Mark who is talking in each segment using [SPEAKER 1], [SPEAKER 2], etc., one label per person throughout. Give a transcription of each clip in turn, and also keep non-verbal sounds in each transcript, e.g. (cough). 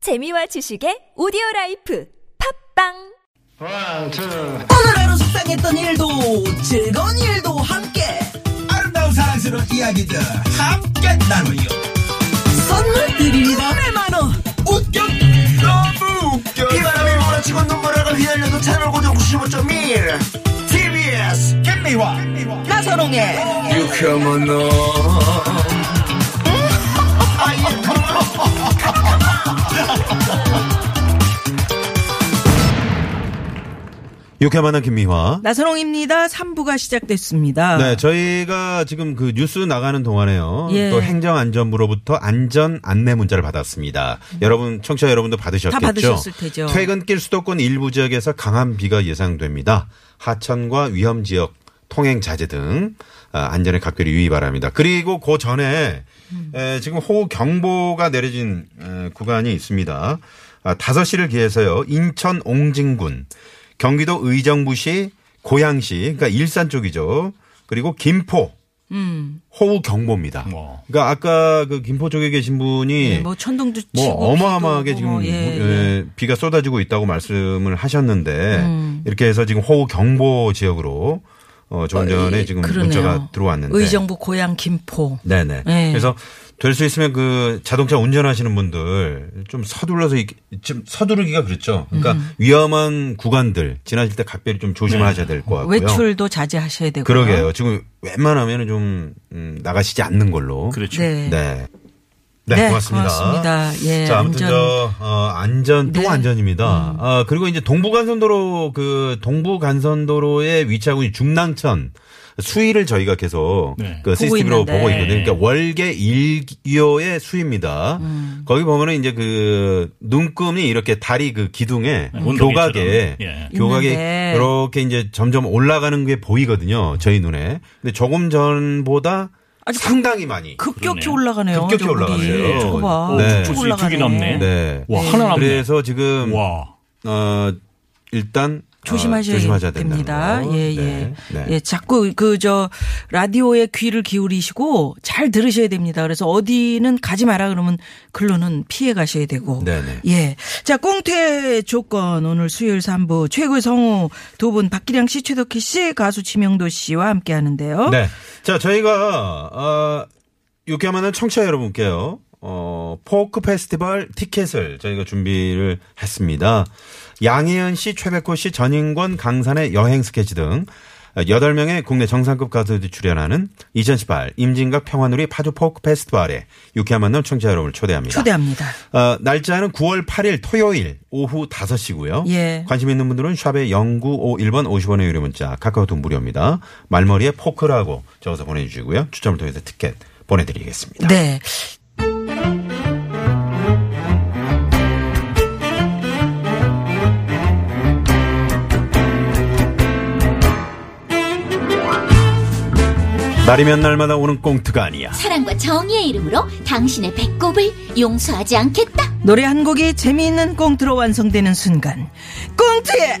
[SPEAKER 1] 재미와 지식의 오디오 라이프 팝빵
[SPEAKER 2] One, two.
[SPEAKER 3] 오늘 하루 속상했던 일도 즐거운 일도 함께
[SPEAKER 4] 아름다운 사랑스러운 이야기들 함께 나누요.
[SPEAKER 3] 선물 드립니다 100만원
[SPEAKER 4] 웃겨 너무 웃겨.
[SPEAKER 5] 바람이 몰아치고 눈물을 휘날려도 채널 고정 95.1 TBS
[SPEAKER 4] 김미화
[SPEAKER 3] 나선홍의
[SPEAKER 5] 유쾌한 너
[SPEAKER 6] 이렇게 만난 김미화.
[SPEAKER 3] 나선홍입니다 3부가 시작됐습니다
[SPEAKER 6] 네, 저희가 지금 그 뉴스 나가는 동안에요.
[SPEAKER 3] 예.
[SPEAKER 6] 또 행정안전부로부터 안전 안내 문자를 받았습니다. 여러분, 청취자 여러분도 받으셨겠죠?
[SPEAKER 3] 다 받으셨을 테죠.
[SPEAKER 6] 퇴근길 수도권 일부 지역에서 강한 비가 예상됩니다. 하천과 위험 지역, 통행 자제 등 아, 안전에 각별히 유의 바랍니다. 그리고 그 전에
[SPEAKER 3] 음.
[SPEAKER 6] 에, 지금 호우 경보가 내려진 에, 구간이 있습니다. 아, 5시를 기해서요. 인천 옹진군, 경기도 의정부시, 고양시, 그러니까 일산 쪽이죠. 그리고 김포.
[SPEAKER 3] 음.
[SPEAKER 6] 호우 경보입니다. 그러니까 아까 그 김포 쪽에 계신 분이
[SPEAKER 3] 뭐 천둥도 치고
[SPEAKER 6] 예. 뭐
[SPEAKER 3] 비도 오고
[SPEAKER 6] 어마어마하게 지금
[SPEAKER 3] 뭐, 예, 예.
[SPEAKER 6] 예, 비가 쏟아지고 있다고 말씀을 하셨는데
[SPEAKER 3] 음.
[SPEAKER 6] 이렇게 해서 지금 호우 경보 지역으로 어, 좀 전에 지금
[SPEAKER 3] 예, 그러네요.
[SPEAKER 6] 문자가 들어왔는데
[SPEAKER 3] 의정부 고향 김포
[SPEAKER 6] 네네.
[SPEAKER 3] 예.
[SPEAKER 6] 그래서 될 수 있으면 그 자동차 운전하시는 분들 좀 서둘러서 이렇게 좀 서두르기가 그렇죠. 그러니까
[SPEAKER 3] 음.
[SPEAKER 6] 위험한 구간들 지나실 때 각별히 좀 조심을 하셔야 될 것 같고요.
[SPEAKER 3] 네. 외출도 자제하셔야 되고요
[SPEAKER 6] 그러게요. 지금 웬만하면 좀 음, 나가시지 않는 걸로.
[SPEAKER 7] 그렇죠.
[SPEAKER 3] 네.
[SPEAKER 6] 네. 네,
[SPEAKER 3] 네,
[SPEAKER 6] 고맙습니다.
[SPEAKER 3] 고맙습니다. 예,
[SPEAKER 6] 자, 아무튼
[SPEAKER 3] 안전.
[SPEAKER 6] 저, 어, 안전, 또
[SPEAKER 3] 네.
[SPEAKER 6] 안전입니다. 아, 그리고 이제 동부간선도로, 그, 동부간선도로에 위치하고 있는 중랑천 수위를 저희가 계속
[SPEAKER 7] 네.
[SPEAKER 6] 그 CCTV로
[SPEAKER 3] 있는데. 네.
[SPEAKER 6] 보고 있거든요. 그러니까 월계 1기호의 수위입니다.
[SPEAKER 3] 음.
[SPEAKER 6] 거기 보면은 이제 그, 눈금이 이렇게 다리 그 기둥에
[SPEAKER 7] 네, 온도계처럼.
[SPEAKER 6] 교각에,
[SPEAKER 7] 예.
[SPEAKER 6] 교각에
[SPEAKER 3] 있는데.
[SPEAKER 6] 그렇게 이제 점점 올라가는 게 보이거든요. 저희 눈에. 근데 조금 전보다
[SPEAKER 3] 아주
[SPEAKER 6] 상당히 많이.
[SPEAKER 3] 급격히
[SPEAKER 7] 그러네요.
[SPEAKER 3] 올라가네요
[SPEAKER 6] 급격히
[SPEAKER 3] 저기.
[SPEAKER 6] 올라가네요.
[SPEAKER 3] 저거 봐
[SPEAKER 6] 오, 네.
[SPEAKER 3] 쭉쭉
[SPEAKER 7] 벌써 이쪽이 넘네.
[SPEAKER 6] 네.
[SPEAKER 7] 와, 하나 남네.
[SPEAKER 6] 그래서 지금
[SPEAKER 7] 와.
[SPEAKER 6] 어 일단 어,
[SPEAKER 3] 조심하셔야,
[SPEAKER 6] 조심하셔야 된다는
[SPEAKER 3] 됩니다.
[SPEAKER 6] 거.
[SPEAKER 3] 예,
[SPEAKER 6] 네,
[SPEAKER 3] 예.
[SPEAKER 6] 네.
[SPEAKER 3] 예, 자꾸 그 저 라디오에 귀를 기울이시고 잘 들으셔야 됩니다. 그래서 어디는 가지 마라 그러면 글로는 피해 가셔야 되고.
[SPEAKER 6] 네네.
[SPEAKER 3] 예. 자, 꽁태 조건 오늘 수요일 3부 최고의 성우 두 분 박기량 씨, 최덕희 씨, 가수 지명도 씨와 함께 하는데요.
[SPEAKER 6] 네. 자, 저희가 어 이렇게 하면은 청취자 여러분께요. 어, 포크 페스티벌 티켓을 저희가 준비를 했습니다. 양혜은 씨, 최백호 씨, 전인권, 강산의 여행 스케치 등 8명의 국내 정상급 가수들이 출연하는 2018 임진각 평화누리 파주 포크 페스티벌에 유쾌한 만남 청취자 여러분을 초대합니다.
[SPEAKER 3] 초대합니다.
[SPEAKER 6] 어, 날짜는 9월 8일 토요일 오후 5시고요.
[SPEAKER 3] 예.
[SPEAKER 6] 관심 있는 분들은 샵에 0951번 50원의 유료 문자 카카오톡 무료입니다. 말머리에 포크라고 적어서 보내주시고요. 추첨을 통해서 티켓 보내드리겠습니다.
[SPEAKER 3] 네.
[SPEAKER 6] 날이면 날마다 오는 꽁트가 아니야.
[SPEAKER 8] 사랑과 정의의 이름으로 당신의 배꼽을 용서하지 않겠다.
[SPEAKER 3] 노래 한 곡이 재미있는 꽁트로 완성되는 순간 꽁트의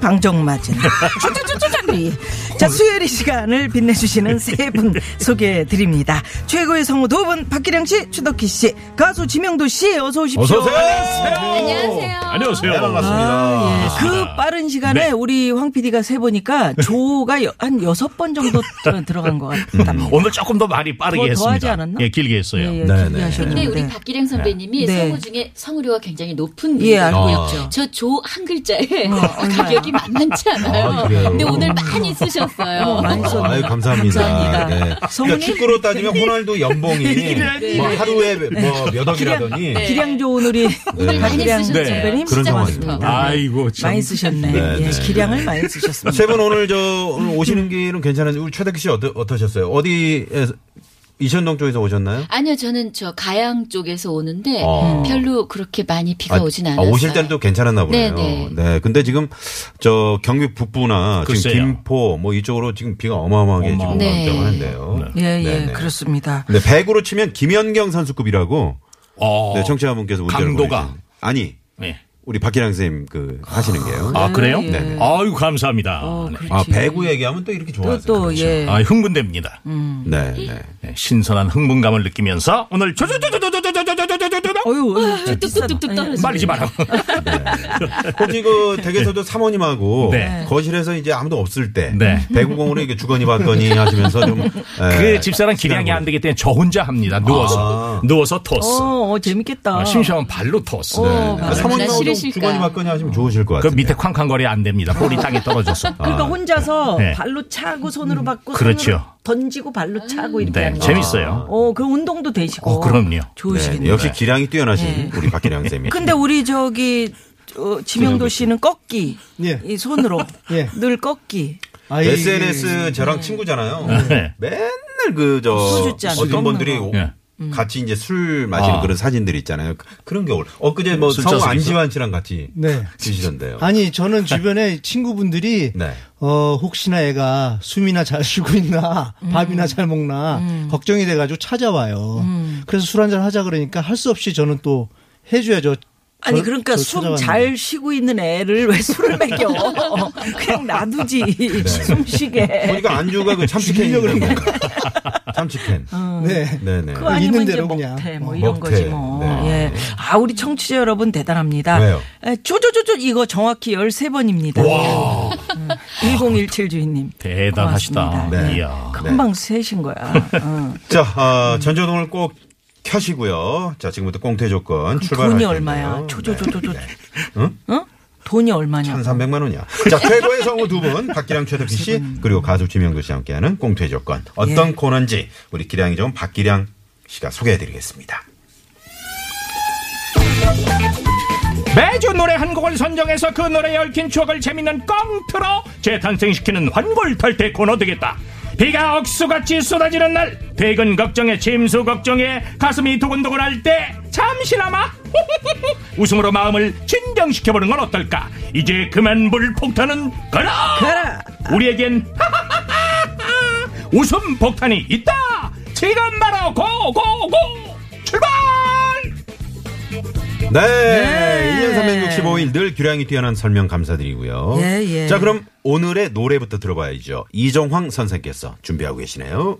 [SPEAKER 3] 방정맞은
[SPEAKER 8] (laughs)
[SPEAKER 3] 쭈쭈쭈쭈쭈리. 자 수요일 이 시간을 빛내주시는 세 분 소개해드립니다 최고의 성우 두 분 박기량 씨 추덕희 씨 가수 지명도 씨 어서 오십시오
[SPEAKER 6] 어서 오세요.
[SPEAKER 8] 네.
[SPEAKER 3] 네.
[SPEAKER 7] 안녕하세요.
[SPEAKER 6] 네, 반갑습니다. 네.
[SPEAKER 3] 아, 예. 그 빠른 시간에
[SPEAKER 7] 네.
[SPEAKER 3] 우리 황 PD가 세보니까 조가 여- 한 여섯 번 정도 들- 들어간 것
[SPEAKER 6] 음,
[SPEAKER 3] 같답니다
[SPEAKER 7] 오늘 조금 더 말이 빠르게
[SPEAKER 3] 뭐 더- 더
[SPEAKER 7] 했습니다.
[SPEAKER 3] 하지 않았나?
[SPEAKER 7] 예, 길게 했어요.
[SPEAKER 3] 예, 예,
[SPEAKER 6] 네,
[SPEAKER 3] 기대하셨는데.
[SPEAKER 6] 네.
[SPEAKER 8] 근데 우리 박기량 선배님이
[SPEAKER 3] 네.
[SPEAKER 8] 성우 중에 성우료가 굉장히 높은
[SPEAKER 3] 예,
[SPEAKER 8] 분이에요.
[SPEAKER 3] 알고
[SPEAKER 6] 아.
[SPEAKER 3] 있죠. 어,
[SPEAKER 8] 저 조 한 (laughs) 글자에 가격이 만만치 않아요.
[SPEAKER 6] 아, 그래요?
[SPEAKER 8] 근데 오늘 많이 쓰셨어요.
[SPEAKER 3] 많이 썼-
[SPEAKER 6] 아유, 감사합니다.
[SPEAKER 3] 감사합니다.
[SPEAKER 6] 네.
[SPEAKER 3] 성훈이? 네.
[SPEAKER 6] 그러니까 축구로 따지면
[SPEAKER 3] (laughs)
[SPEAKER 6] 호날두 연봉이 뭐 하루에 뭐 몇 억이라더니 네,
[SPEAKER 3] 기량 좋은 우리
[SPEAKER 8] 네. (laughs) 오늘 많이
[SPEAKER 3] 박기량
[SPEAKER 8] 쓰셨죠.
[SPEAKER 3] 선배님
[SPEAKER 6] 그런
[SPEAKER 3] 진짜
[SPEAKER 6] 상황입니다.
[SPEAKER 3] 많습니다.
[SPEAKER 7] 아이고, 참.
[SPEAKER 3] 많이 쓰셨네.
[SPEAKER 6] 네,
[SPEAKER 3] 예,
[SPEAKER 6] 네.
[SPEAKER 3] 기량을 많이 쓰셨습니다.
[SPEAKER 6] 세 분 오늘 저 오늘 오시는 길은 괜찮은지 우리 최덕기 씨 어떠, 어떠셨어요? 어디 이천동 쪽에서 오셨나요?
[SPEAKER 8] 아니요, 저는 저 가양 쪽에서 오는데
[SPEAKER 6] 아.
[SPEAKER 8] 별로 그렇게 많이 비가 오진 않았어요.
[SPEAKER 6] 아, 오실 때는 또 괜찮았나 보네요.
[SPEAKER 8] 네,
[SPEAKER 6] 네, 근데 지금 저 경기 북부나 지금
[SPEAKER 7] 글쎄요.
[SPEAKER 6] 김포 뭐 이쪽으로 지금 비가 어마어마하게 지금
[SPEAKER 7] 어마어마하게.
[SPEAKER 6] 온다고
[SPEAKER 8] 네.
[SPEAKER 6] 하는데요.
[SPEAKER 3] 예, 예,
[SPEAKER 6] 네, 네.
[SPEAKER 3] 그렇습니다.
[SPEAKER 6] 근데 배구로 치면 김연경 선수급이라고
[SPEAKER 7] 어.
[SPEAKER 6] 네, 청취자분께서 문제를
[SPEAKER 7] 강도가.
[SPEAKER 6] 보내주셨는데. 아니
[SPEAKER 7] 예.
[SPEAKER 6] 우리 박기량 선생님 그 하시는 게요.
[SPEAKER 7] 아 그래요?
[SPEAKER 6] 네, 네.
[SPEAKER 7] 아유 감사합니다.
[SPEAKER 3] 어,
[SPEAKER 7] 네.
[SPEAKER 3] 그렇지.
[SPEAKER 6] 아, 배구 얘기하면 또 이렇게
[SPEAKER 3] 또,
[SPEAKER 6] 좋아하세요. 그렇죠.
[SPEAKER 3] 또, 예.
[SPEAKER 7] 아 흥분됩니다.
[SPEAKER 3] 음.
[SPEAKER 6] 네, 네.
[SPEAKER 7] 네, 신선한 흥분감을 느끼면서 오늘 조조조조조조조조조조조조
[SPEAKER 3] 어유, 어유.
[SPEAKER 8] 아, 뚝뚝뚝뚝 떨어지.
[SPEAKER 7] 말리지 마라.
[SPEAKER 3] 네.
[SPEAKER 6] 혹시 그 댁에서도 (laughs) 사모님하고
[SPEAKER 7] 네.
[SPEAKER 6] 거실에서 이제 아무도 없을 때
[SPEAKER 7] 네.
[SPEAKER 6] 배구공으로 이게 주거니 받거니 하시면서 (laughs) 좀. 예. 에,
[SPEAKER 7] 그 집사람 기량이 안 되기 때문에 저 혼자 합니다. 누워서 누워서 토스.
[SPEAKER 3] 어, 어, 재밌겠다.
[SPEAKER 7] 아, 심심하면 발로 토스.
[SPEAKER 3] 어,
[SPEAKER 6] 네, 네.
[SPEAKER 3] 바람이
[SPEAKER 6] 사모님하고 좀
[SPEAKER 8] 싫으실까?
[SPEAKER 6] 주거니 받거니 하시면 좋으실 것
[SPEAKER 7] 그
[SPEAKER 6] 같아요.
[SPEAKER 7] 밑에 쾅쾅거리 안 됩니다. 볼이 땅에 떨어져서.
[SPEAKER 3] 그러니까 혼자서
[SPEAKER 7] 네.
[SPEAKER 3] 발로 차고 손으로 받고
[SPEAKER 7] 그렇죠.
[SPEAKER 3] 손으로 던지고 발로 차고 이렇게
[SPEAKER 7] 네,
[SPEAKER 3] 하는 거.
[SPEAKER 7] 재밌어요.
[SPEAKER 3] 어, 그 운동도 되시고.
[SPEAKER 7] 어, 그럼요.
[SPEAKER 3] 좋으시겠네요.
[SPEAKER 6] 역시 기량이 뛰어나신
[SPEAKER 3] 네.
[SPEAKER 6] 우리 박기량
[SPEAKER 3] (laughs)
[SPEAKER 6] 선생님.
[SPEAKER 3] 근데 우리 저기 어, 지명도 씨는 꺾기.
[SPEAKER 2] 예.
[SPEAKER 3] 이 손으로
[SPEAKER 2] (laughs) 예.
[SPEAKER 3] 늘 꺾기.
[SPEAKER 2] 아이,
[SPEAKER 6] SNS 저랑 친구잖아요.
[SPEAKER 7] 네.
[SPEAKER 6] 맨날 그 저
[SPEAKER 3] 수줍지 않아요.
[SPEAKER 6] 어떤 분들이
[SPEAKER 7] 네.
[SPEAKER 6] 같이 이제
[SPEAKER 3] 음.
[SPEAKER 6] 술 마시는
[SPEAKER 7] 아.
[SPEAKER 6] 그런 사진들 있잖아요. 그- 그런 게 올. 엊그제 뭐
[SPEAKER 7] 술자수
[SPEAKER 6] 성우
[SPEAKER 7] 있어?
[SPEAKER 6] 안지환 씨랑 같이
[SPEAKER 2] 네.
[SPEAKER 6] 드시던데요.
[SPEAKER 2] 아니, 저는 주변에 친구분들이,
[SPEAKER 6] 네.
[SPEAKER 2] 어, 혹시나 애가 숨이나 잘 쉬고 있나,
[SPEAKER 3] 음.
[SPEAKER 2] 밥이나 잘 먹나, 걱정이 돼가지고 찾아와요.
[SPEAKER 3] 음.
[SPEAKER 2] 그래서 술 한잔 하자 그러니까 할 수 없이 저는 또 해줘야죠.
[SPEAKER 3] 아니
[SPEAKER 2] 저-
[SPEAKER 3] 그러니까
[SPEAKER 2] 저
[SPEAKER 3] 숨
[SPEAKER 2] 찾아가는
[SPEAKER 3] 잘 쉬고 있는 애를 왜 (laughs) 술을 먹여? 그냥 놔두지 숨 쉬게.
[SPEAKER 6] 보니까 안주가 그 참치캔이요.
[SPEAKER 2] 죽이려고 그러는
[SPEAKER 6] (laughs) 참치캔.
[SPEAKER 3] 음.
[SPEAKER 2] 네.
[SPEAKER 6] 네네.
[SPEAKER 3] 어. 그거 아니면
[SPEAKER 2] 있는
[SPEAKER 3] 이제
[SPEAKER 2] 대로
[SPEAKER 3] 먹태
[SPEAKER 2] 그냥.
[SPEAKER 3] 뭐
[SPEAKER 2] 어,
[SPEAKER 3] 이런
[SPEAKER 6] 먹태.
[SPEAKER 3] 거지 뭐.
[SPEAKER 6] 네.
[SPEAKER 3] 예. 아 우리 청취자 여러분 대단합니다.
[SPEAKER 6] 왜요?
[SPEAKER 3] 에, 조조조조 이거 정확히 13번입니다. 1017 주인님.
[SPEAKER 7] 대단하시다.
[SPEAKER 3] 고맙습니다.
[SPEAKER 6] 네.
[SPEAKER 7] 이야.
[SPEAKER 3] 금방 세신 거야. 어.
[SPEAKER 6] 자, 아, 전조등을 꼭 켜시고요. 자, 지금부터 꽁태 조건 출발할
[SPEAKER 3] 돈이
[SPEAKER 6] 텐데요.
[SPEAKER 3] 얼마야? 조조조조조.
[SPEAKER 6] 네.
[SPEAKER 3] 응? 돈이 얼마냐?
[SPEAKER 6] 한 300만 원이야. 자, 최고의 성우 두 분, 박기량 최덕기 씨, 그리고 가수 지명도 씨와 함께하는 꽁태 조건.
[SPEAKER 3] 예.
[SPEAKER 6] 어떤 코너인지 우리 기량이 좀 박기량 씨가 소개해 드리겠습니다.
[SPEAKER 7] 매주 노래 한 곡을 선정해서 그 노래에 얽힌 추억을 재밌는 꽁트로 재탄생시키는 환골탈태 코너 되겠다. 비가 억수같이 쏟아지는 날, 퇴근 걱정에 침수 걱정에 가슴이 두근두근할 때 잠시나마 (laughs) 웃음으로 마음을 진정시켜보는 건 어떨까? 이제 그만 물폭탄은 가라!
[SPEAKER 3] 가라!
[SPEAKER 7] 우리에겐 (laughs) 웃음 폭탄이 있다! 지금 바로 고고고! 출발!
[SPEAKER 6] 네. 1년 365일 늘 기량이 뛰어난 설명 감사드리고요.
[SPEAKER 3] 예, 예.
[SPEAKER 6] 자, 그럼 오늘의 노래부터 들어봐야죠. 이정황 선생께서 준비하고 계시네요.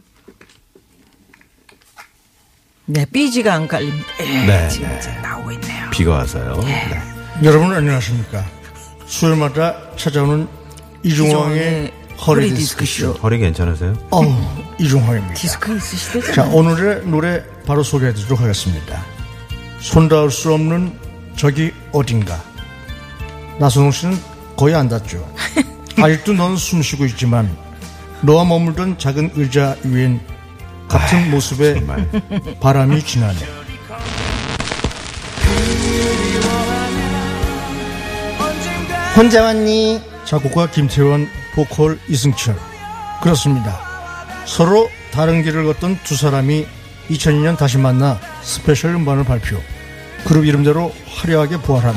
[SPEAKER 3] 네, 삐지가 안 깔립니다. 예,
[SPEAKER 6] 네,
[SPEAKER 3] 지금
[SPEAKER 6] 네.
[SPEAKER 3] 이제 나오고 있네요.
[SPEAKER 6] 비가 와서요.
[SPEAKER 3] 예.
[SPEAKER 6] 네.
[SPEAKER 2] 여러분 안녕하십니까? 수요일마다 찾아오는 이중왕의
[SPEAKER 3] 이종황의
[SPEAKER 2] 허리
[SPEAKER 3] 디스크
[SPEAKER 2] 디스크쇼.
[SPEAKER 6] 허리 괜찮으세요?
[SPEAKER 2] 어우, 이중황입니다.
[SPEAKER 3] 디스크 있으시대요?
[SPEAKER 2] 자, 오늘의 노래 바로 소개해드리도록 하겠습니다. 손 닿을 수 없는 저기 어딘가. 나선홍 씨는 거의 안 닿죠. 아직도 넌 숨쉬고 있지만 너와 머물던 작은 의자 위엔 같은 모습의
[SPEAKER 3] (laughs)
[SPEAKER 6] 정말.
[SPEAKER 2] 바람이 지나네. 혼자 왔니? 작곡가 김태원, 보컬 이승철. 그렇습니다. 서로 다른 길을 걷던 두 사람이 2002년 다시 만나 스페셜 음반을 발표. 그룹 이름대로 화려하게 부활한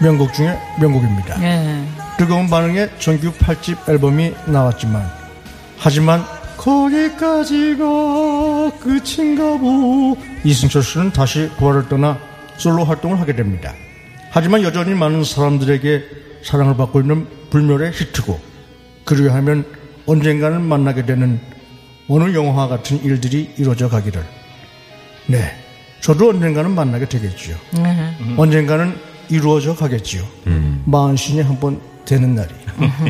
[SPEAKER 2] 명곡 중에 명곡입니다.
[SPEAKER 3] 예.
[SPEAKER 2] 뜨거운 반응의 정규 8집 앨범이 나왔지만 하지만 거기까지가 끝인가 보 이승철 씨는 다시 부활을 떠나 솔로 활동을 하게 됩니다. 하지만 여전히 많은 사람들에게 사랑을 받고 있는 불멸의 히트곡 그리하면 언젠가는 만나게 되는 어느 영화와 같은 일들이 이루어져 가기를 네 저도 언젠가는 만나게 되겠지요. 음. 언젠가는 이루어져 가겠지요.
[SPEAKER 3] 음.
[SPEAKER 2] 마흔신이 한 번
[SPEAKER 3] (laughs)
[SPEAKER 2] 되는 날이.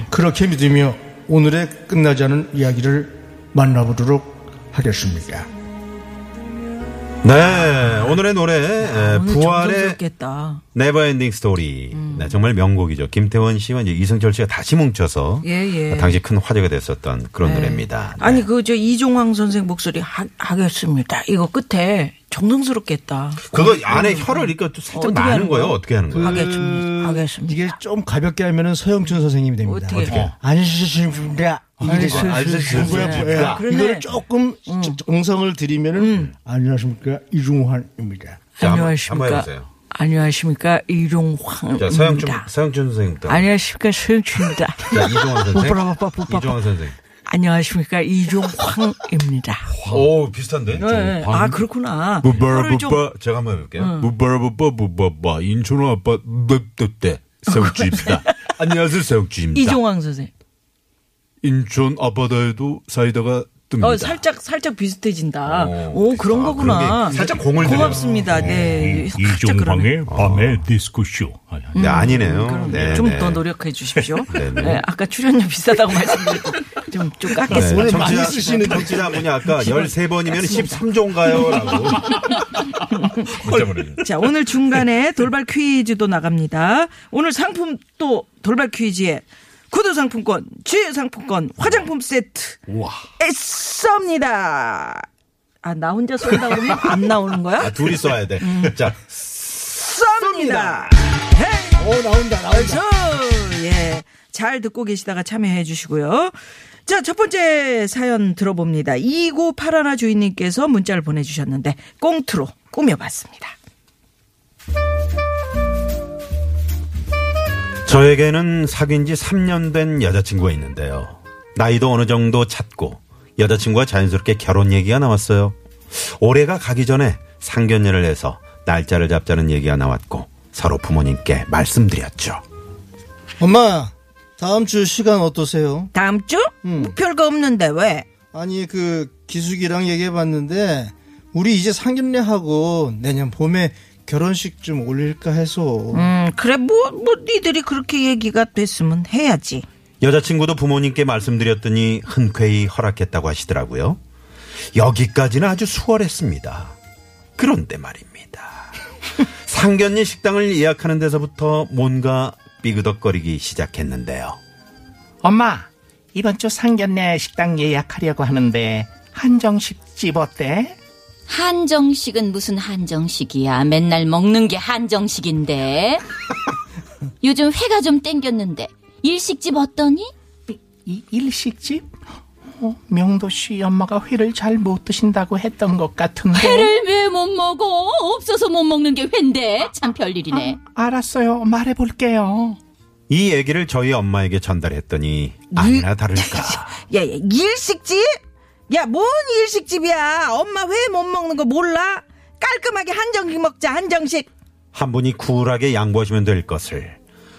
[SPEAKER 2] 그렇게 믿으며 오늘의 끝나지 않은 이야기를 만나보도록 하겠습니다.
[SPEAKER 6] 네. 오늘의 노래, 에,
[SPEAKER 3] 아, 오늘
[SPEAKER 6] 부활의
[SPEAKER 3] 정성스럽겠다.
[SPEAKER 6] 네버엔딩 스토리. 네, 정말 명곡이죠. 김태원 씨와 이제 이승철 씨가 다시 뭉쳐서
[SPEAKER 3] 예, 예.
[SPEAKER 6] 당시 큰 화제가 됐었던 그런 노래입니다. 네.
[SPEAKER 3] 아니 그 저 이종황 선생 목소리 하, 하겠습니다. 이거 끝에 정성스럽겠다.
[SPEAKER 6] 그거 안에 혀를 이렇게 또 살짝
[SPEAKER 3] 어떻게
[SPEAKER 6] 마는
[SPEAKER 3] 하는
[SPEAKER 6] 거예요? 어떻게 하는 거예요?
[SPEAKER 3] 음, 하겠습니다. 하겠습니다.
[SPEAKER 2] 이게 좀 가볍게 하면은 서영춘 선생님이 됩니다.
[SPEAKER 3] 어떻게? 어떻게?
[SPEAKER 2] 안시십니다.
[SPEAKER 6] 아,
[SPEAKER 2] 안시십니다.
[SPEAKER 3] 그러네.
[SPEAKER 2] 이거를 조금
[SPEAKER 3] 음.
[SPEAKER 2] 정성을 들이면은 안녕하십니까 이중환입니다.
[SPEAKER 6] 자, 한번- 한번
[SPEAKER 3] 안녕하십니까?
[SPEAKER 6] 해보세요.
[SPEAKER 3] 안녕하십니까 이종황입니다. 뭐,
[SPEAKER 6] 자, 서영준, 서영준 선생님부터.
[SPEAKER 3] 안녕하십니까 서영춘입니다.
[SPEAKER 6] 자, 이종환 선생.
[SPEAKER 3] 뽀뽀라 뽀뽀 뽀뽀.
[SPEAKER 6] 이종환 선생.
[SPEAKER 3] 안녕하십니까 이종황입니다.
[SPEAKER 6] 오 비슷한데.
[SPEAKER 3] 네. 아 그렇구나. 혀를 좀-
[SPEAKER 6] 어, 예. 무바라부바 제가 한번 해볼게요. 무바라부바 무바바 인천호 아빠 네, 냅뒀대
[SPEAKER 3] (laughs)
[SPEAKER 6] 세욱주입니다. 안녕하세요 세욱주입니다.
[SPEAKER 3] 이종황 선생.
[SPEAKER 6] 인천 앞바다에도 사이다가 뜹니다.
[SPEAKER 3] 어 살짝 살짝 비슷해진다.
[SPEAKER 6] 오,
[SPEAKER 3] 오, 그런
[SPEAKER 6] 아,
[SPEAKER 3] 거구나.
[SPEAKER 6] 그런 게 살짝 공을 들여요. 어,
[SPEAKER 3] 고맙습니다. 네. 살짝 그러네. 어.
[SPEAKER 7] 이종황의 밤의 디스코쇼. 아, 아,
[SPEAKER 6] 네, 아니네요.
[SPEAKER 3] 음, 그럼 좀 더 노력해 주십시오.
[SPEAKER 6] (laughs) 네, 네.
[SPEAKER 3] 네, 아까 출연료 비싸다고 (laughs) 말씀드렸죠. 좀, 좀
[SPEAKER 6] 네,
[SPEAKER 3] 깎겠습니다.
[SPEAKER 6] 청취자, 청취자 분이 아까 13번이면 13종가요? 라고. 문자 보내요.
[SPEAKER 3] 자, 오늘 중간에 돌발 퀴즈도 나갑니다. 오늘 상품 또 돌발 퀴즈에 구두 상품권, 주유 상품권, 화장품 세트.
[SPEAKER 7] 우와.
[SPEAKER 3] 쏩니다. 아, 나 혼자 쏜다 그러면 안 나오는
[SPEAKER 6] 아,
[SPEAKER 3] 거야?
[SPEAKER 6] 둘이 써야 돼. 자,
[SPEAKER 3] 쏩니다.
[SPEAKER 2] 오 나온다
[SPEAKER 3] 그렇죠. 예. 잘 듣고 계시다가 참여해 주시고요. 자, 첫 번째 사연 들어봅니다. 2981 주인님께서 문자를 보내주셨는데, 꽁트로 꾸며봤습니다.
[SPEAKER 6] 저에게는 사귄 지 3년 된 여자친구가 있는데요. 나이도 어느 정도 찼고 여자친구와 자연스럽게 결혼 얘기가 나왔어요. 올해가 가기 전에 상견례를 해서 날짜를 잡자는 얘기가 나왔고 서로 부모님께 말씀드렸죠.
[SPEAKER 2] 엄마 다음 주 시간 어떠세요?
[SPEAKER 3] 다음 주? 뭐 별거 없는데 왜?
[SPEAKER 2] 아니 그 기숙이랑 얘기해봤는데 우리 이제 상견례하고 내년 봄에 결혼식 좀 올릴까 해서
[SPEAKER 3] 음, 그래, 뭐, 뭐, 니들이 그렇게 얘기가 됐으면 해야지.
[SPEAKER 6] 여자친구도 부모님께 말씀드렸더니 흔쾌히 허락했다고 하시더라고요. 여기까지는 아주 수월했습니다. 그런데 말입니다. 상견례 식당을 예약하는 데서부터 뭔가 삐그덕거리기 시작했는데요.
[SPEAKER 9] 엄마, 이번 주 상견례 식당 예약하려고 하는데 한정식 집 어때?
[SPEAKER 8] 한정식은 무슨 한정식이야. 맨날 먹는 게 한정식인데. 요즘 회가 좀 땡겼는데 일식집 어떠니?
[SPEAKER 9] 이 일식집? 어, 명도 씨 엄마가 회를 잘 못 드신다고 했던 것 같은데.
[SPEAKER 8] 회를 왜 못 먹어? 없어서 못 먹는 게 회인데 참 별일이네.
[SPEAKER 9] 알았어요. 말해볼게요.
[SPEAKER 6] 이 얘기를 저희 엄마에게 전달했더니 아니나 다를까.
[SPEAKER 3] 야, 야, 일식집? 야, 뭔 일식집이야? 엄마 회 못 먹는 거 몰라? 깔끔하게 한정식 먹자, 한정식.
[SPEAKER 6] 한 분이 쿨하게 양보하시면 될 것을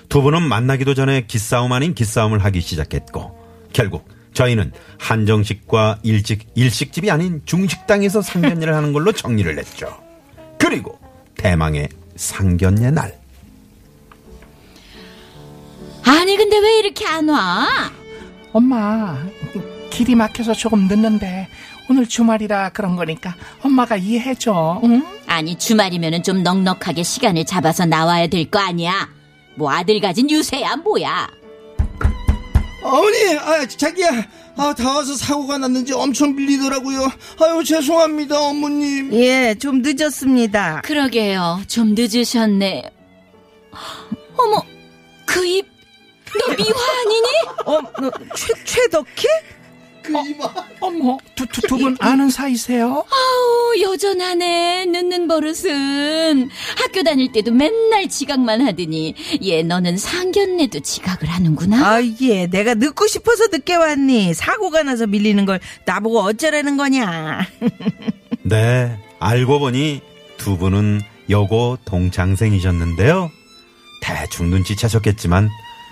[SPEAKER 6] 두 분은 만나기도 전에 기싸움 아닌 기싸움을 하기 시작했고 결국 저희는 한정식과 일식 일식집이 아닌 중식당에서 상견례를 하는 걸로 정리를 했죠. 그리고 대망의 상견례 날
[SPEAKER 8] 아니 근데 왜 이렇게 안 와?
[SPEAKER 9] 엄마, 길이 막혀서 조금 늦는데 오늘 주말이라 그런 거니까 엄마가 이해해줘. 응?
[SPEAKER 8] 아니 주말이면은 좀 넉넉하게 시간을 잡아서 나와야 될 거 아니야. 뭐 아들 가진 유세야 뭐야.
[SPEAKER 2] 어머니, 아, 자기야, 아, 다 와서 사고가 났는지 엄청 빌리더라고요. 아유, 죄송합니다, 어머님.
[SPEAKER 3] 예, 좀 늦었습니다.
[SPEAKER 8] 그러게요. 좀 늦으셨네. (gasps) 어머, 그 입, 너 미화 아니니?
[SPEAKER 3] 어, 너 최, 최덕희?
[SPEAKER 9] 어머, 두, 두, 두 분 아는 사이세요?
[SPEAKER 8] 아우, 여전하네. 늦는 버릇은. 학교 다닐 때도 맨날 지각만 하더니, 얘 너는 상견례도 지각을 하는구나.
[SPEAKER 3] 아, 예, 내가 늦고 싶어서 늦게 왔니? 사고가 나서 밀리는 걸 나보고 어쩌라는 거냐?
[SPEAKER 6] 네, 알고 보니 두 분은 여고 동창생이셨는데요. 대충 눈치채셨겠지만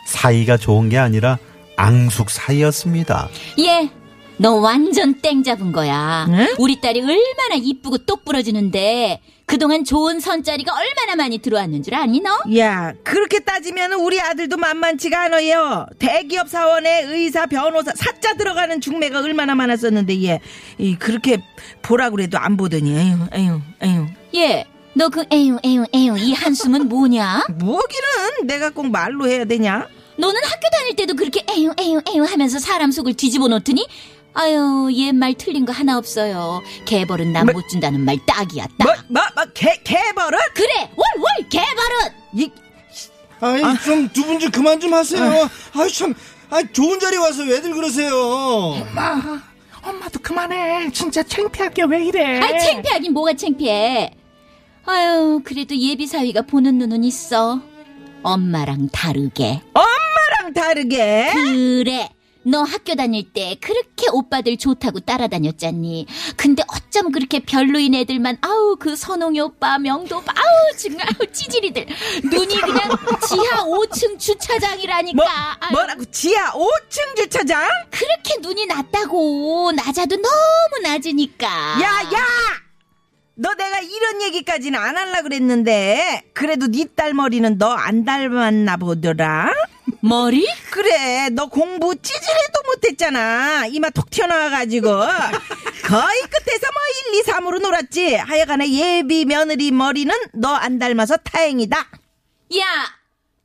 [SPEAKER 6] 사이가 좋은 게 아니라 앙숙 사이였습니다.
[SPEAKER 8] 얘, 너 완전 땡 잡은 거야.
[SPEAKER 3] 네?
[SPEAKER 8] 우리 딸이 얼마나 이쁘고 똑부러지는데, 그동안 좋은 선자리가 얼마나 많이 들어왔는 줄 아니, 너?
[SPEAKER 3] 야, 그렇게 따지면 우리 아들도 만만치가 않아요. 대기업 사원에 의사, 변호사, 사자 들어가는 중매가 얼마나 많았었는데, 예. 이, 그렇게 보라고 해도 안 보더니, 에휴, 에휴, 에휴.
[SPEAKER 8] 얘, 너 그 에용, 에용, 에용, 이 한숨은 뭐냐?
[SPEAKER 3] 뭐기는 내가 꼭 말로 해야 되냐?
[SPEAKER 8] 너는 학교 다닐 때도 그렇게 에용 에용 에용 하면서 사람 속을 뒤집어 놓더니 아유 옛 말 틀린 거 하나 없어요 개벌은 남 못 준다는 말 딱이야 딱
[SPEAKER 3] 뭐, 뭐, 뭐, 개, 개벌은?
[SPEAKER 8] 그래 월월 개벌은
[SPEAKER 3] 이,
[SPEAKER 2] 아이, 좀 두 분 좀 그만 좀 하세요. 아유, 참. 아, 좋은 자리 와서 왜들 그러세요?
[SPEAKER 9] 엄마, 엄마도 그만해. 진짜 창피하게 왜
[SPEAKER 3] 네.
[SPEAKER 9] 이래?
[SPEAKER 8] 아이 창피하긴 뭐가 창피해 아유 그래도 예비사위가 보는 눈은 있어 엄마랑 다르게
[SPEAKER 3] 엄마랑 다르게.
[SPEAKER 8] 그래 너 학교 다닐 때 그렇게 오빠들 좋다고 따라다녔잖니. 근데 어쩜 그렇게 별로인 애들만 아우 그 선홍이 오빠 명도 오빠, 아우 정말 아우 찌질이들 눈이 그냥 지하 5층 주차장이라니까.
[SPEAKER 3] 뭐,
[SPEAKER 8] 아유,
[SPEAKER 3] 뭐라고 지하 5층 주차장?
[SPEAKER 8] 그렇게 눈이 낮다고 낮아도 너무 낮으니까.
[SPEAKER 3] 야, 야! 너 내가 이런 얘기까지는 안 하려고 그랬는데 그래도 니 딸 머리는 너 안 닮았나 보더라.
[SPEAKER 8] 머리?
[SPEAKER 3] 그래 너 공부 찌질해도 못했잖아 이마 톡 튀어나와가지고 거의 끝에서 뭐 1, 2, 3으로 놀았지 하여간에 예비 며느리 머리는 너 안 닮아서 다행이다
[SPEAKER 8] 야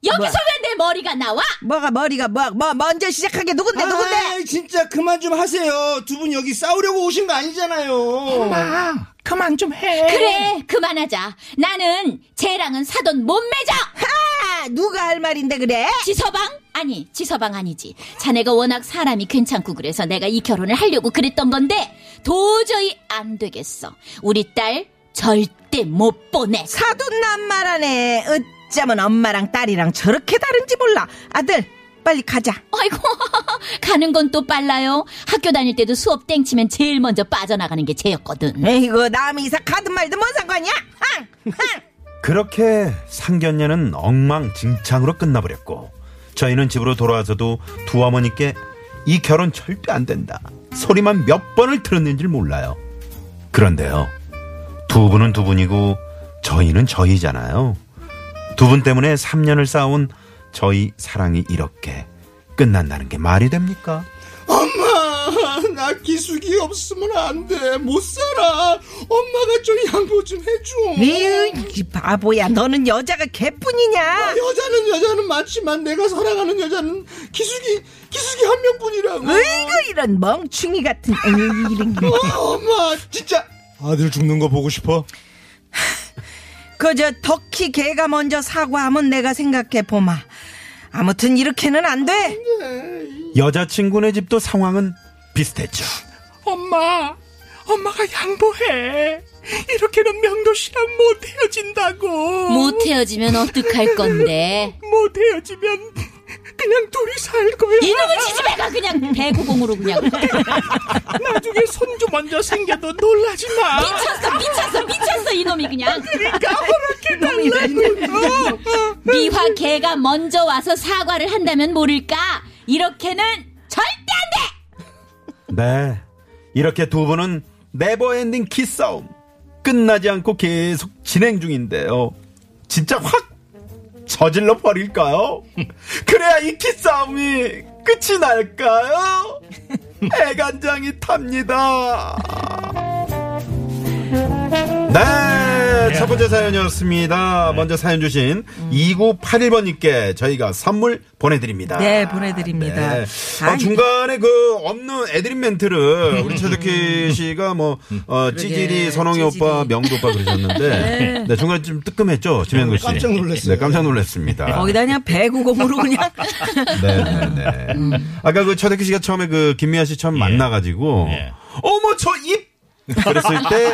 [SPEAKER 8] 여기서 왜 내 머리가 나와?
[SPEAKER 3] 뭐가 머리가 뭐, 뭐 먼저 시작하게 누군데 누군데
[SPEAKER 5] 아이, 진짜 그만 좀 하세요. 두 분 여기 싸우려고 오신 거 아니잖아요.
[SPEAKER 9] 엄마 그만 좀해
[SPEAKER 8] 그래 그만하자. 나는 쟤랑은 사돈 못 맺어.
[SPEAKER 3] 아 누가 할 말인데 그래
[SPEAKER 8] 지서방? 아니, 지서방 아니지. 자네가 워낙 사람이 괜찮고 그래서 내가 이 결혼을 하려고 그랬던 건데 도저히 안 되겠어. 우리 딸 절대 못 보내.
[SPEAKER 3] 사돈남 말하네 어쩌면 엄마랑 딸이랑 저렇게 다른지 몰라 아들 빨리 가자
[SPEAKER 8] 아이고, (laughs) 가는 건 또 빨라요. 학교 다닐 때도 수업 땡치면 제일 먼저 빠져나가는 게 쟤였거든.
[SPEAKER 3] 에이구 남이 이사 가든 말든 뭔 상관이야 흥, 흥.
[SPEAKER 6] 그렇게 상견례는 엉망진창으로 끝나버렸고 저희는 집으로 돌아와서도 두 어머니께 이 결혼 절대 안 된다 소리만 몇 번을 들었는지 몰라요. 그런데요. 두 분은 두 분이고 저희는 저희잖아요. 두 분 때문에 3년을 쌓아온 저희 사랑이 이렇게 끝난다는 게 말이 됩니까?
[SPEAKER 5] 엄마, 나 기숙이 없으면 안 돼. 못 살아. 엄마가 좀 양보 좀 해줘.
[SPEAKER 3] 에휴, 이 바보야, 너는 여자가 개뿐이냐?
[SPEAKER 5] 여자는 여자는 많지만 내가 사랑하는 여자는 기숙이 기숙이 한 명뿐이라고.
[SPEAKER 4] 네?
[SPEAKER 3] 으이구, 이런 멍충이 같은, 에휴, 이런. 게.
[SPEAKER 5] 아, 엄마 진짜
[SPEAKER 2] 아들 죽는 거 보고 싶어?
[SPEAKER 3] 그저 덕희 개가 먼저 사과하면 내가 생각해 보마. 아무튼 이렇게는 안 돼.
[SPEAKER 6] 여자친구네 집도 상황은 비슷했죠.
[SPEAKER 9] 엄마 엄마가 양보해 이렇게는 명도 씨랑 못
[SPEAKER 7] 그,
[SPEAKER 9] 헤어진다고
[SPEAKER 8] 못 헤어지면 어떡할 건데.
[SPEAKER 9] 못 헤어지면 그냥 둘이 살 거야
[SPEAKER 8] 이놈의 지지배가 그냥 배구공으로 그냥
[SPEAKER 9] (laughs) 나중에 손주 먼저 생겨도 놀라지
[SPEAKER 3] (laughs)
[SPEAKER 7] 그
[SPEAKER 9] 마
[SPEAKER 8] 미쳤어 미쳤어 미쳤어 이놈이 그냥
[SPEAKER 9] 그러니까
[SPEAKER 3] 이놈이 왜 이래.
[SPEAKER 8] 미화 개가 먼저 와서 사과를 한다면 모를까 이렇게는 절대 안 돼.
[SPEAKER 6] 네. 이렇게 두 분은 네버엔딩 키싸움 끝나지 않고 계속 진행 중인데요. 진짜 확 저질러 버릴까요? 그래야 이 키싸움이 끝이 날까요? 애간장이 탑니다. 네, 첫 번째 사연이었습니다. 먼저 사연 주신 2981번님께 저희가 선물 보내드립니다.
[SPEAKER 3] 네, 보내드립니다.
[SPEAKER 6] 아, 네.
[SPEAKER 3] 아이.
[SPEAKER 6] 아, 중간에 그 없는
[SPEAKER 3] (laughs)
[SPEAKER 6] 애드립 멘트를 우리 최덕희 씨가 뭐, 어, 찌질이, 선홍이
[SPEAKER 3] 음. 찌질이.
[SPEAKER 6] 오빠, 명도
[SPEAKER 3] (laughs)
[SPEAKER 6] 오빠 그러셨는데, 네. 중간에 좀 뜨끔했죠? 지명근 씨.
[SPEAKER 5] 깜짝 놀랐어요.
[SPEAKER 6] 네, 깜짝 놀랐습니다.
[SPEAKER 3] (laughs) 거기다 그냥 배구공으로
[SPEAKER 6] (laughs)
[SPEAKER 3] 그냥.
[SPEAKER 6] 네. 네네네.
[SPEAKER 3] 음.
[SPEAKER 6] 아까 그 최덕희 씨가 처음에 그 김미아 씨 처음 만나가지고
[SPEAKER 7] 예.
[SPEAKER 6] 어머 저 입. 그랬을 때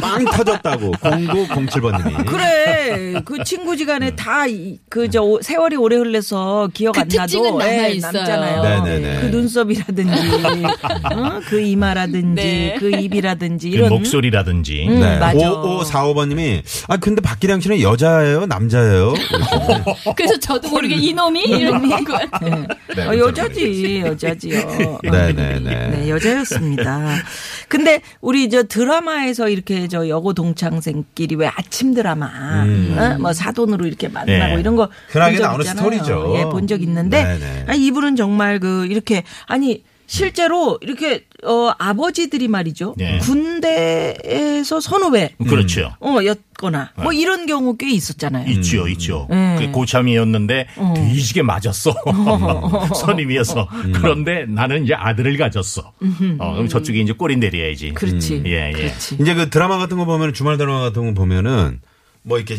[SPEAKER 6] 빵 터졌다고 0907번님이.
[SPEAKER 3] 그래. 그 친구
[SPEAKER 6] 음.
[SPEAKER 3] 지간에 다 그 저 세월이 오래 흘러서 기억
[SPEAKER 8] 그
[SPEAKER 3] 안 나도
[SPEAKER 8] 특징은 남아
[SPEAKER 3] 예,
[SPEAKER 8] 있어요.
[SPEAKER 3] 남잖아요.
[SPEAKER 6] 네네네.
[SPEAKER 3] 그 눈썹이라든지 어? 그 이마라든지
[SPEAKER 8] 네.
[SPEAKER 3] 그 입이라든지
[SPEAKER 7] 그
[SPEAKER 3] 이런
[SPEAKER 7] 목소리라든지.
[SPEAKER 3] 음, 맞아.
[SPEAKER 6] 5545번님이 네. 아 근데 박기량 씨는 여자예요 남자예요? 이렇게.
[SPEAKER 8] 그래서 저도 모르게 이놈이 이런 거 같아요.
[SPEAKER 6] 네,
[SPEAKER 3] 어, 여자지,
[SPEAKER 6] (laughs)
[SPEAKER 3] 여자지요. 어.
[SPEAKER 6] 네네네.
[SPEAKER 3] 네, 여자였습니다. 근데 우리 저 드라마에서 이렇게 저 여고 동창생끼리 왜 아침 드라마, 어? 뭐 사돈으로 이렇게 만나고
[SPEAKER 7] 네.
[SPEAKER 3] 이런 거.
[SPEAKER 6] 음. 흔하게
[SPEAKER 3] 본적
[SPEAKER 6] 나오는
[SPEAKER 3] 있잖아요.
[SPEAKER 6] 스토리죠.
[SPEAKER 3] 예, 본 적 있는데.
[SPEAKER 6] 네네.
[SPEAKER 3] 아니, 이분은 정말 그 이렇게 아니 실제로 이렇게 어 아버지들이 말이죠.
[SPEAKER 7] 네.
[SPEAKER 3] 군대에서 선후배
[SPEAKER 6] 음.
[SPEAKER 7] 그렇죠.
[SPEAKER 3] 어 였거나
[SPEAKER 6] 아.
[SPEAKER 3] 뭐 이런 경우 꽤 있었잖아요.
[SPEAKER 6] 음.
[SPEAKER 7] 있죠, 있죠.
[SPEAKER 3] 음.
[SPEAKER 7] 그 고참이었는데 뒤지게
[SPEAKER 3] (laughs)
[SPEAKER 7] 맞았어. 선임이어서.
[SPEAKER 3] 음.
[SPEAKER 7] 그런데 나는 이제 아들을 가졌어. 어, 그럼 저쪽이 이제 꼬리 내려야지.
[SPEAKER 3] 그렇지.
[SPEAKER 7] 음. 예, 예.
[SPEAKER 3] 그렇지.
[SPEAKER 6] 이제 그 드라마 같은 거 보면 주말 드라마 같은 거 보면은 뭐 이렇게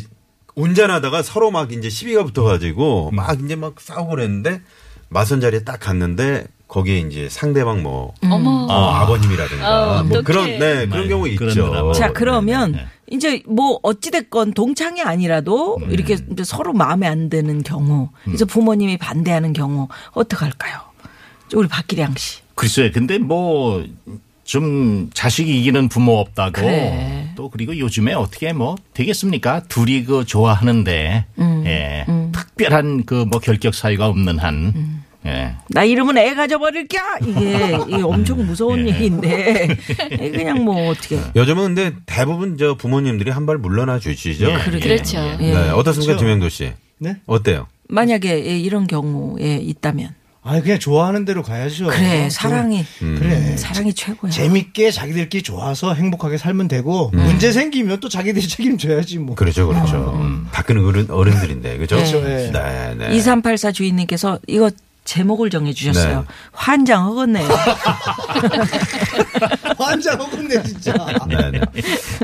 [SPEAKER 6] 운전하다가 서로 막 이제 시비가 붙어가지고 막 이제 막 싸우고 그랬는데 맞선 자리에 딱 갔는데 거기에 이제 상대방 뭐
[SPEAKER 8] 어머.
[SPEAKER 6] 어, 아버님이라든가
[SPEAKER 8] 아,
[SPEAKER 6] 뭐
[SPEAKER 8] 어떡해.
[SPEAKER 6] 그런 네 그런 경우
[SPEAKER 7] 그런
[SPEAKER 6] 있죠.
[SPEAKER 7] 드라마.
[SPEAKER 3] 자, 그러면
[SPEAKER 7] 네, 네.
[SPEAKER 3] 이제 뭐 어찌됐건 동창이 아니라도 이렇게 이제 서로 마음에 안 드는 경우, 그래서 부모님이 반대하는 경우 어떡할까요? 우리 박기량 씨.
[SPEAKER 10] 글쎄, 근데 뭐, 좀 자식이 이기는 부모 없다고.
[SPEAKER 3] 그래.
[SPEAKER 10] 또 그리고 요즘에 어떻게 뭐 되겠습니까? 둘이 그 좋아하는데,
[SPEAKER 3] 음.
[SPEAKER 10] 예. 특별한 그 뭐 결격 사유가 없는 한,
[SPEAKER 3] 음.
[SPEAKER 10] 예.
[SPEAKER 3] 나 이름은 애 가져버릴까? 이게, 이게 엄청 무서운
[SPEAKER 10] 예.
[SPEAKER 3] 얘기인데. 그냥 뭐 어떻게.
[SPEAKER 6] 요즘은 근데 대부분 저 부모님들이 한 발 물러나 주시죠.
[SPEAKER 10] 예,
[SPEAKER 3] 그러게.
[SPEAKER 8] 그렇죠.
[SPEAKER 3] 예.
[SPEAKER 6] 네, 어떻습니까,
[SPEAKER 10] 그렇죠.
[SPEAKER 6] 지명도 씨?
[SPEAKER 5] 네?
[SPEAKER 6] 어때요?
[SPEAKER 3] 만약에 예, 이런 경우에 있다면.
[SPEAKER 5] 아 그냥 좋아하는 대로 가야죠.
[SPEAKER 3] 그래,
[SPEAKER 5] 그-
[SPEAKER 3] 사랑이.
[SPEAKER 6] 음.
[SPEAKER 5] 그래.
[SPEAKER 3] 사랑이 최고야.
[SPEAKER 5] 재밌게 자기들끼리 좋아서 행복하게 살면 되고
[SPEAKER 2] 음.
[SPEAKER 5] 문제 생기면 또 자기들이 책임져야지 뭐.
[SPEAKER 6] 그렇죠, 그렇죠. 밖에는 어른, 어른들인데, 그죠?
[SPEAKER 3] 그렇죠,
[SPEAKER 5] 예.
[SPEAKER 6] 네, 네.
[SPEAKER 3] 2384 주인님께서 이거 제목을 정해주셨어요.
[SPEAKER 6] 네.
[SPEAKER 3] 환장 허겄네요.
[SPEAKER 5] 완전 억울네 진짜.
[SPEAKER 6] 네, 네.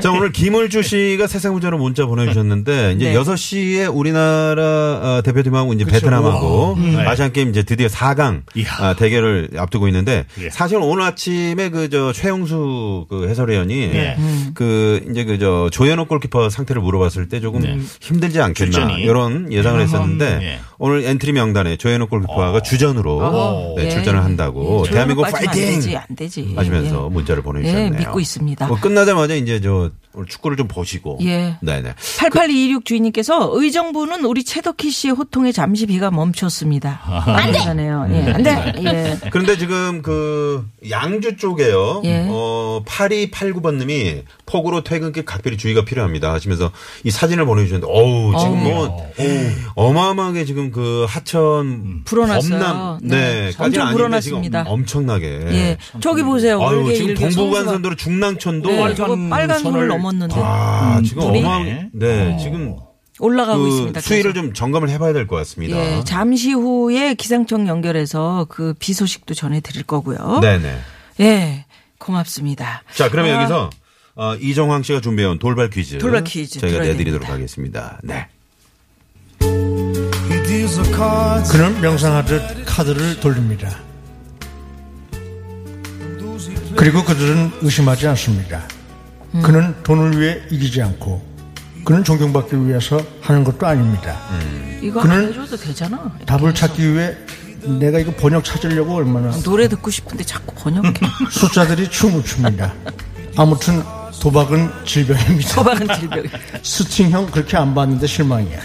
[SPEAKER 6] 자, 오늘 김을주 씨가 세상 문자로 문자 보내주셨는데, 이제
[SPEAKER 3] 네.
[SPEAKER 6] 6시에 우리나라 어, 대표팀하고 이제 베트남하고
[SPEAKER 3] 음.
[SPEAKER 6] 네. 아시안게임 이제 드디어 4강 아,
[SPEAKER 10] 이야.
[SPEAKER 6] 대결을 앞두고 있는데,
[SPEAKER 10] 예.
[SPEAKER 6] 사실 오늘 아침에 그 저 최영수 그 해설위원이
[SPEAKER 10] 예.
[SPEAKER 3] 음.
[SPEAKER 6] 그 이제 그 저 조현욱 골키퍼 상태를 물어봤을 때 조금
[SPEAKER 3] 네.
[SPEAKER 6] 힘들지 않겠나
[SPEAKER 10] 출전이.
[SPEAKER 6] 이런
[SPEAKER 3] 음.
[SPEAKER 6] 예상을 했었는데,
[SPEAKER 10] 예.
[SPEAKER 6] 오늘 엔트리 명단에 조현욱 골키퍼가 주전으로 네,
[SPEAKER 3] 예.
[SPEAKER 6] 출전을 한다고
[SPEAKER 3] 어. 예,
[SPEAKER 6] 대한민국
[SPEAKER 3] 조용히 빠지면 안 되지,
[SPEAKER 6] 파이팅!
[SPEAKER 3] 안 되지.
[SPEAKER 6] 하시면서
[SPEAKER 3] 예.
[SPEAKER 6] 문자를 보내주셨네요.
[SPEAKER 3] 예, 믿고 있습니다.
[SPEAKER 6] 뭐 끝나자마자 이제 저 오늘 축구를 좀 보시고.
[SPEAKER 3] 예.
[SPEAKER 6] 네네.
[SPEAKER 3] 88226 주인님께서 의정부는 우리 최덕희 씨의 호통에 잠시 비가 멈췄습니다. 안 돼!
[SPEAKER 6] 네.
[SPEAKER 3] 예, 안 돼! 예.
[SPEAKER 6] 그런데 지금 그 양주 쪽에요.
[SPEAKER 3] 예.
[SPEAKER 6] 어 8289번님이 폭우로 퇴근길 각별히 주의가 필요합니다. 하시면서 이 사진을 보내주셨는데, 어우 지금 뭐 어마어마하게 지금 그 하천
[SPEAKER 3] 불어났어요.
[SPEAKER 6] 범람
[SPEAKER 3] 네.
[SPEAKER 6] 네, 까지는
[SPEAKER 3] 엄청
[SPEAKER 6] 아닌데
[SPEAKER 3] 불어났습니다.
[SPEAKER 6] 지금 엄청나게.
[SPEAKER 3] 예. 저기 보세요.
[SPEAKER 6] 네. 아유
[SPEAKER 3] 월계
[SPEAKER 6] 지금
[SPEAKER 3] 일개 선수가-
[SPEAKER 6] 동부간선도로 중랑천도
[SPEAKER 3] 네, 음, 저거
[SPEAKER 10] 빨간
[SPEAKER 3] 빨간 선을
[SPEAKER 10] 선을-
[SPEAKER 3] 넘었는데
[SPEAKER 6] 아 지금
[SPEAKER 10] 둘이-
[SPEAKER 6] 어마어마. 네 지금
[SPEAKER 3] 올라가고
[SPEAKER 6] 그
[SPEAKER 3] 있습니다.
[SPEAKER 6] 수위를
[SPEAKER 3] 그래서.
[SPEAKER 6] 좀 점검을 해봐야 될 것 같습니다.
[SPEAKER 3] 예, 잠시 후에 기상청 연결해서 그 비 소식도 전해드릴 거고요.
[SPEAKER 6] 네네.
[SPEAKER 3] 예, 고맙습니다.
[SPEAKER 6] 자, 그러면
[SPEAKER 3] 아,
[SPEAKER 6] 여기서 어, 이정황 씨가 준비해온 돌발 퀴즈.
[SPEAKER 3] 돌발 퀴즈
[SPEAKER 6] 저희가
[SPEAKER 3] 들어야
[SPEAKER 6] 내드리도록
[SPEAKER 3] 됩니다.
[SPEAKER 6] 하겠습니다. 네.
[SPEAKER 2] 그는 명상하듯 카드를 돌립니다. 그리고 그들은 의심하지 않습니다. 그는 돈을 위해 이기지 않고 그는 존경받기 위해서 하는 것도 아닙니다.
[SPEAKER 3] 이거
[SPEAKER 2] 그는-
[SPEAKER 3] 안 해줘도 되잖아.
[SPEAKER 2] 답을 찾기 위해 내가 이거 번역 찾으려고 얼마나
[SPEAKER 3] 노래 듣고 싶은데 자꾸 번역해.
[SPEAKER 6] (laughs)
[SPEAKER 2] 숫자들이 춤을 춥니다. 아무튼 도박은 질병입니다.
[SPEAKER 3] 소방은 질병.
[SPEAKER 2] 스팅형 그렇게 안 봤는데 실망이야.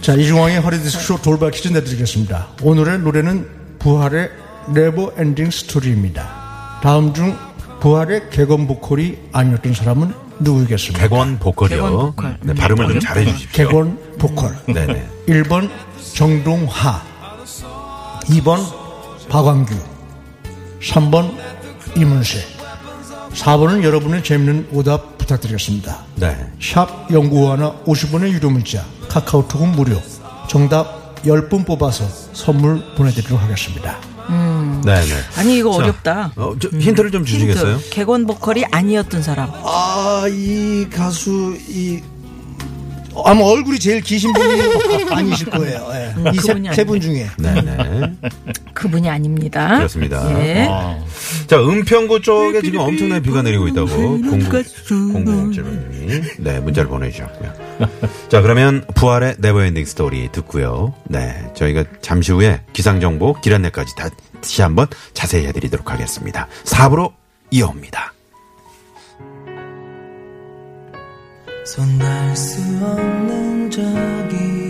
[SPEAKER 2] 자, 이중왕의 허리디스크쇼 돌발 퀴즈 내드리겠습니다. 오늘의 노래는 부활의 네버 엔딩 스토리입니다. 다음 중 부활의 개건 보컬이 아니었던 사람은 누구이겠습니까?
[SPEAKER 6] 객원 보컬이요.
[SPEAKER 3] 객원 보컬.
[SPEAKER 6] 네, 발음을 좀 잘해 주십시오.
[SPEAKER 2] 개건 보컬.
[SPEAKER 6] 네네.
[SPEAKER 2] 1번 정동하 2번 박광규 3번 이문세 4번은 여러분의 재밌는 오답 부탁드리겠습니다
[SPEAKER 6] 네.
[SPEAKER 2] 샵 연구원화 50원의 유료 문자 카카오톡은 무료 정답 10분 뽑아서 선물 보내드리도록 하겠습니다
[SPEAKER 6] 네네.
[SPEAKER 3] (laughs) 아니 이거
[SPEAKER 6] 자,
[SPEAKER 3] 어렵다. 음,
[SPEAKER 6] 어, 저 힌트를 좀 주시겠어요?
[SPEAKER 3] 힌트. 객원 보컬이 아니었던 사람.
[SPEAKER 5] 아 이 가수 이 아마 얼굴이 제일
[SPEAKER 3] (laughs)
[SPEAKER 5] 기신 분이 아니실 거예요.
[SPEAKER 3] 음, 그분이
[SPEAKER 5] 이세 분 중에.
[SPEAKER 6] 네네.
[SPEAKER 3] 그분이 아닙니다.
[SPEAKER 6] 그렇습니다. 어.
[SPEAKER 3] 예.
[SPEAKER 6] 자, 은평구 쪽에 지금 엄청난 비가 내리고 있다고 0907번님이 네, 문자를 보내주셨고요. 자, 그러면 부활의 네버엔딩 스토리 듣고요. 네, 저희가 잠시 후에 기상정보, 길 안내까지 다시 한번 자세히 해드리도록 하겠습니다. 4부로 이어옵니다.
[SPEAKER 4] 손 닿을 수 없는 저기